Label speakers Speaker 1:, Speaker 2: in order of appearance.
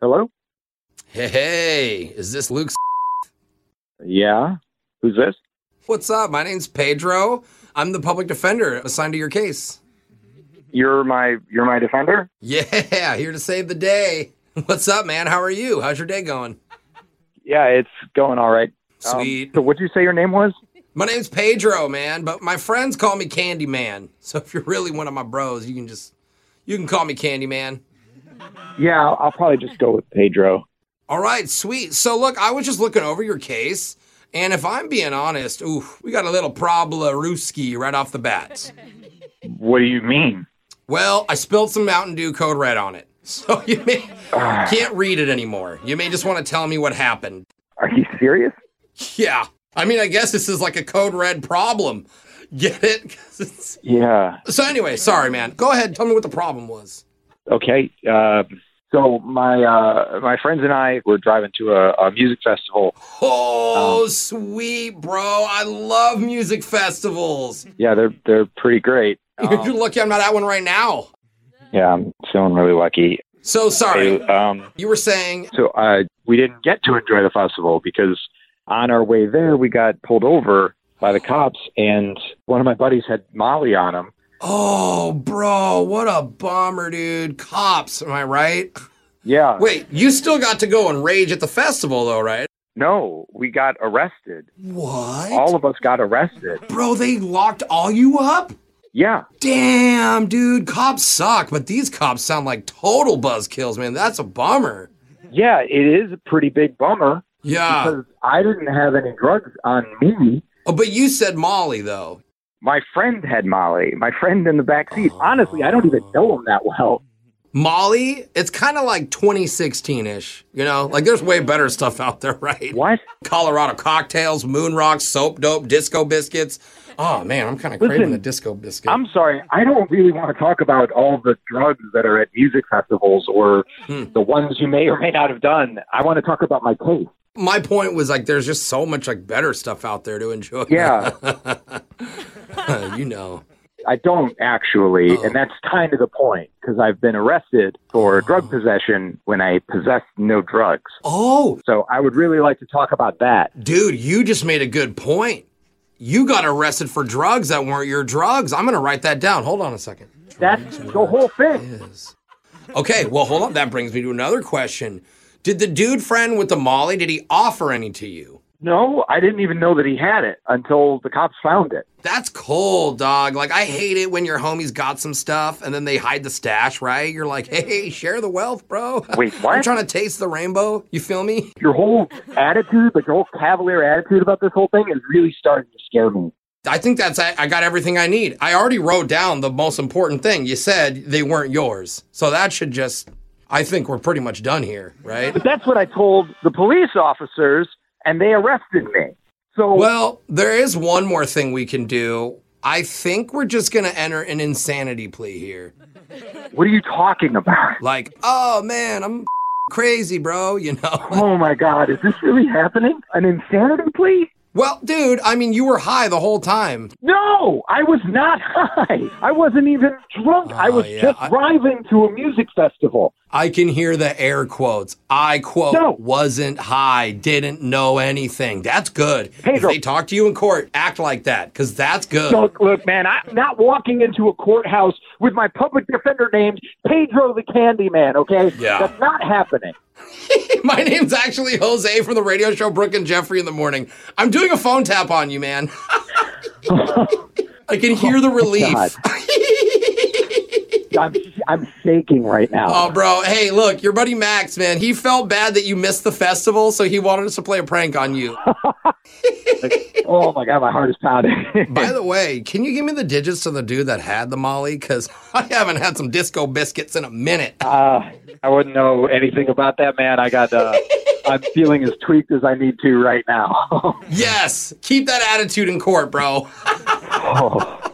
Speaker 1: Hello?
Speaker 2: Hey, hey, is this Luke?
Speaker 1: Yeah. Who's this?
Speaker 2: What's up? My name's Pedro. I'm the public defender assigned to your case.
Speaker 1: You're my you're my defender?
Speaker 2: Yeah, here to save the day. What's up, man? How are you? How's your day going?
Speaker 1: Yeah, it's going all right. Um,
Speaker 2: Sweet.
Speaker 1: so what'd you say your name was?
Speaker 2: My name's Pedro, man, but my friends call me Candyman. So if you're really one of my bros, you can just you can call me Candyman.
Speaker 1: Yeah, I'll, I'll probably just go with Pedro.
Speaker 2: All right, sweet. So look, I was just looking over your case, and if I'm being honest, ooh, we got a little problemaruski right off the bat.
Speaker 1: What do you mean?
Speaker 2: Well, I spilled some Mountain Dew Code Red on it, so you may can't read it anymore. You may just want to tell me what happened.
Speaker 1: Are you serious?
Speaker 2: Yeah, I mean, I guess this is like a Code Red problem. Get it? 'Cause it's-
Speaker 1: Yeah.
Speaker 2: So anyway, sorry, man. Go ahead, tell me what the problem was.
Speaker 1: Okay. Uh, so my uh, my friends and I were driving to a, a music festival.
Speaker 2: Oh, sweet, bro. I love music festivals.
Speaker 1: Yeah, they're they're pretty great.
Speaker 2: You're
Speaker 1: Um,
Speaker 2: lucky I'm not at one right now.
Speaker 1: yeah, I'm feeling really lucky.
Speaker 2: So sorry.
Speaker 1: Um,
Speaker 2: You were saying,
Speaker 1: so uh, we didn't get to enjoy the festival because on our way there we got pulled over by the cops, and one of my buddies had Molly on him.
Speaker 2: oh, bro, what a bummer, dude. Cops, am I right?
Speaker 1: Yeah.
Speaker 2: Wait, you still got to go and rage at the festival, though, right?
Speaker 1: No, we got arrested.
Speaker 2: What?
Speaker 1: All of us got arrested.
Speaker 2: bro, they locked all you up?
Speaker 1: Yeah.
Speaker 2: Damn, dude, cops suck, but these cops sound like total buzzkills, man. That's a bummer.
Speaker 1: Yeah, it is a pretty big bummer
Speaker 2: Yeah.
Speaker 1: because I didn't have any drugs on me.
Speaker 2: oh, but you said Molly, though.
Speaker 1: My friend had Molly. My friend in the back seat. Honestly, I don't even know him that well.
Speaker 2: Molly, it's kind of like 2016 ish, you know? Like there's way better stuff out there, right?
Speaker 1: What?
Speaker 2: Colorado cocktails, moon rocks, soap dope, disco biscuits. Oh man, I'm kind of craving
Speaker 1: Listen,
Speaker 2: a disco biscuit.
Speaker 1: I'm sorry. I don't really want to talk about all the drugs that are at music festivals or the ones you may or may not have done. I want to talk about my case.
Speaker 2: My point was like there's just so much like better stuff out there to enjoy.
Speaker 1: Yeah.
Speaker 2: you know.
Speaker 1: I don't actually, and that's kind of the point because I've been arrested for drug possession when I possessed no drugs.
Speaker 2: Oh,
Speaker 1: So I would really like to talk about that.
Speaker 2: dude, you just made a good point. You got arrested for drugs that weren't your drugs. I'm going to write that down. Hold on a second.
Speaker 1: That's the whole thing.
Speaker 2: is. Okay, well, hold on. That brings me to another question. Did the dude friend with the Molly, did he offer any to you?
Speaker 1: No, I didn't even know that he had it until the cops found it.
Speaker 2: That's cold, dog. Like, I hate it when your homies got some stuff and then they hide the stash, right? You're like, hey, share the wealth, bro.
Speaker 1: Wait,
Speaker 2: I'm
Speaker 1: what?
Speaker 2: trying to taste the rainbow. You feel me?
Speaker 1: Your whole attitude, like your whole cavalier attitude about this whole thing is really starting to scare me.
Speaker 2: I think that's, I, I got everything I need. I already wrote down the most important thing. You said they weren't yours. So that should just, I think we're pretty much done here, right?
Speaker 1: But that's what I told the police officers, and they arrested me. So
Speaker 2: Well, there is one more thing we can do. I think we're just going to enter an insanity plea here.
Speaker 1: what are you talking about?
Speaker 2: Like, oh man, I'm crazy, bro, you know?
Speaker 1: Oh my God, is this really happening? An insanity plea?
Speaker 2: Well, dude, I mean, you were high the whole time.
Speaker 1: No, I was not high. I wasn't even drunk. I
Speaker 2: Oh,
Speaker 1: was
Speaker 2: yeah,
Speaker 1: just
Speaker 2: I-
Speaker 1: driving to a music festival.
Speaker 2: I can hear the air quotes. I quote,
Speaker 1: No.
Speaker 2: wasn't high, didn't know anything. That's good. If
Speaker 1: Pedro.
Speaker 2: they talk to you in court, act like that, because that's good.
Speaker 1: Look, look, man, I'm not walking into a courthouse with my public defender named Pedro the Candyman, okay?
Speaker 2: Yeah.
Speaker 1: That's not happening.
Speaker 2: My name's actually Jose from the radio show Brooke and Jeffrey in the morning. I'm doing a phone tap on you, man. I can hear the relief.
Speaker 1: Oh God. I'm, I'm shaking right now.
Speaker 2: Oh, bro. Hey, look, your buddy Max, man, he felt bad that you missed the festival, so he wanted us to play a prank on you.
Speaker 1: oh, my God, my heart is pounding.
Speaker 2: By the way, can you give me the digits to the dude that had the Molly? Because I haven't had some disco biscuits in a minute.
Speaker 1: uh, I wouldn't know anything about that, man. I got, uh, I'm feeling as tweaked as I need to right now.
Speaker 2: Yes, keep that attitude in court, bro.
Speaker 1: oh.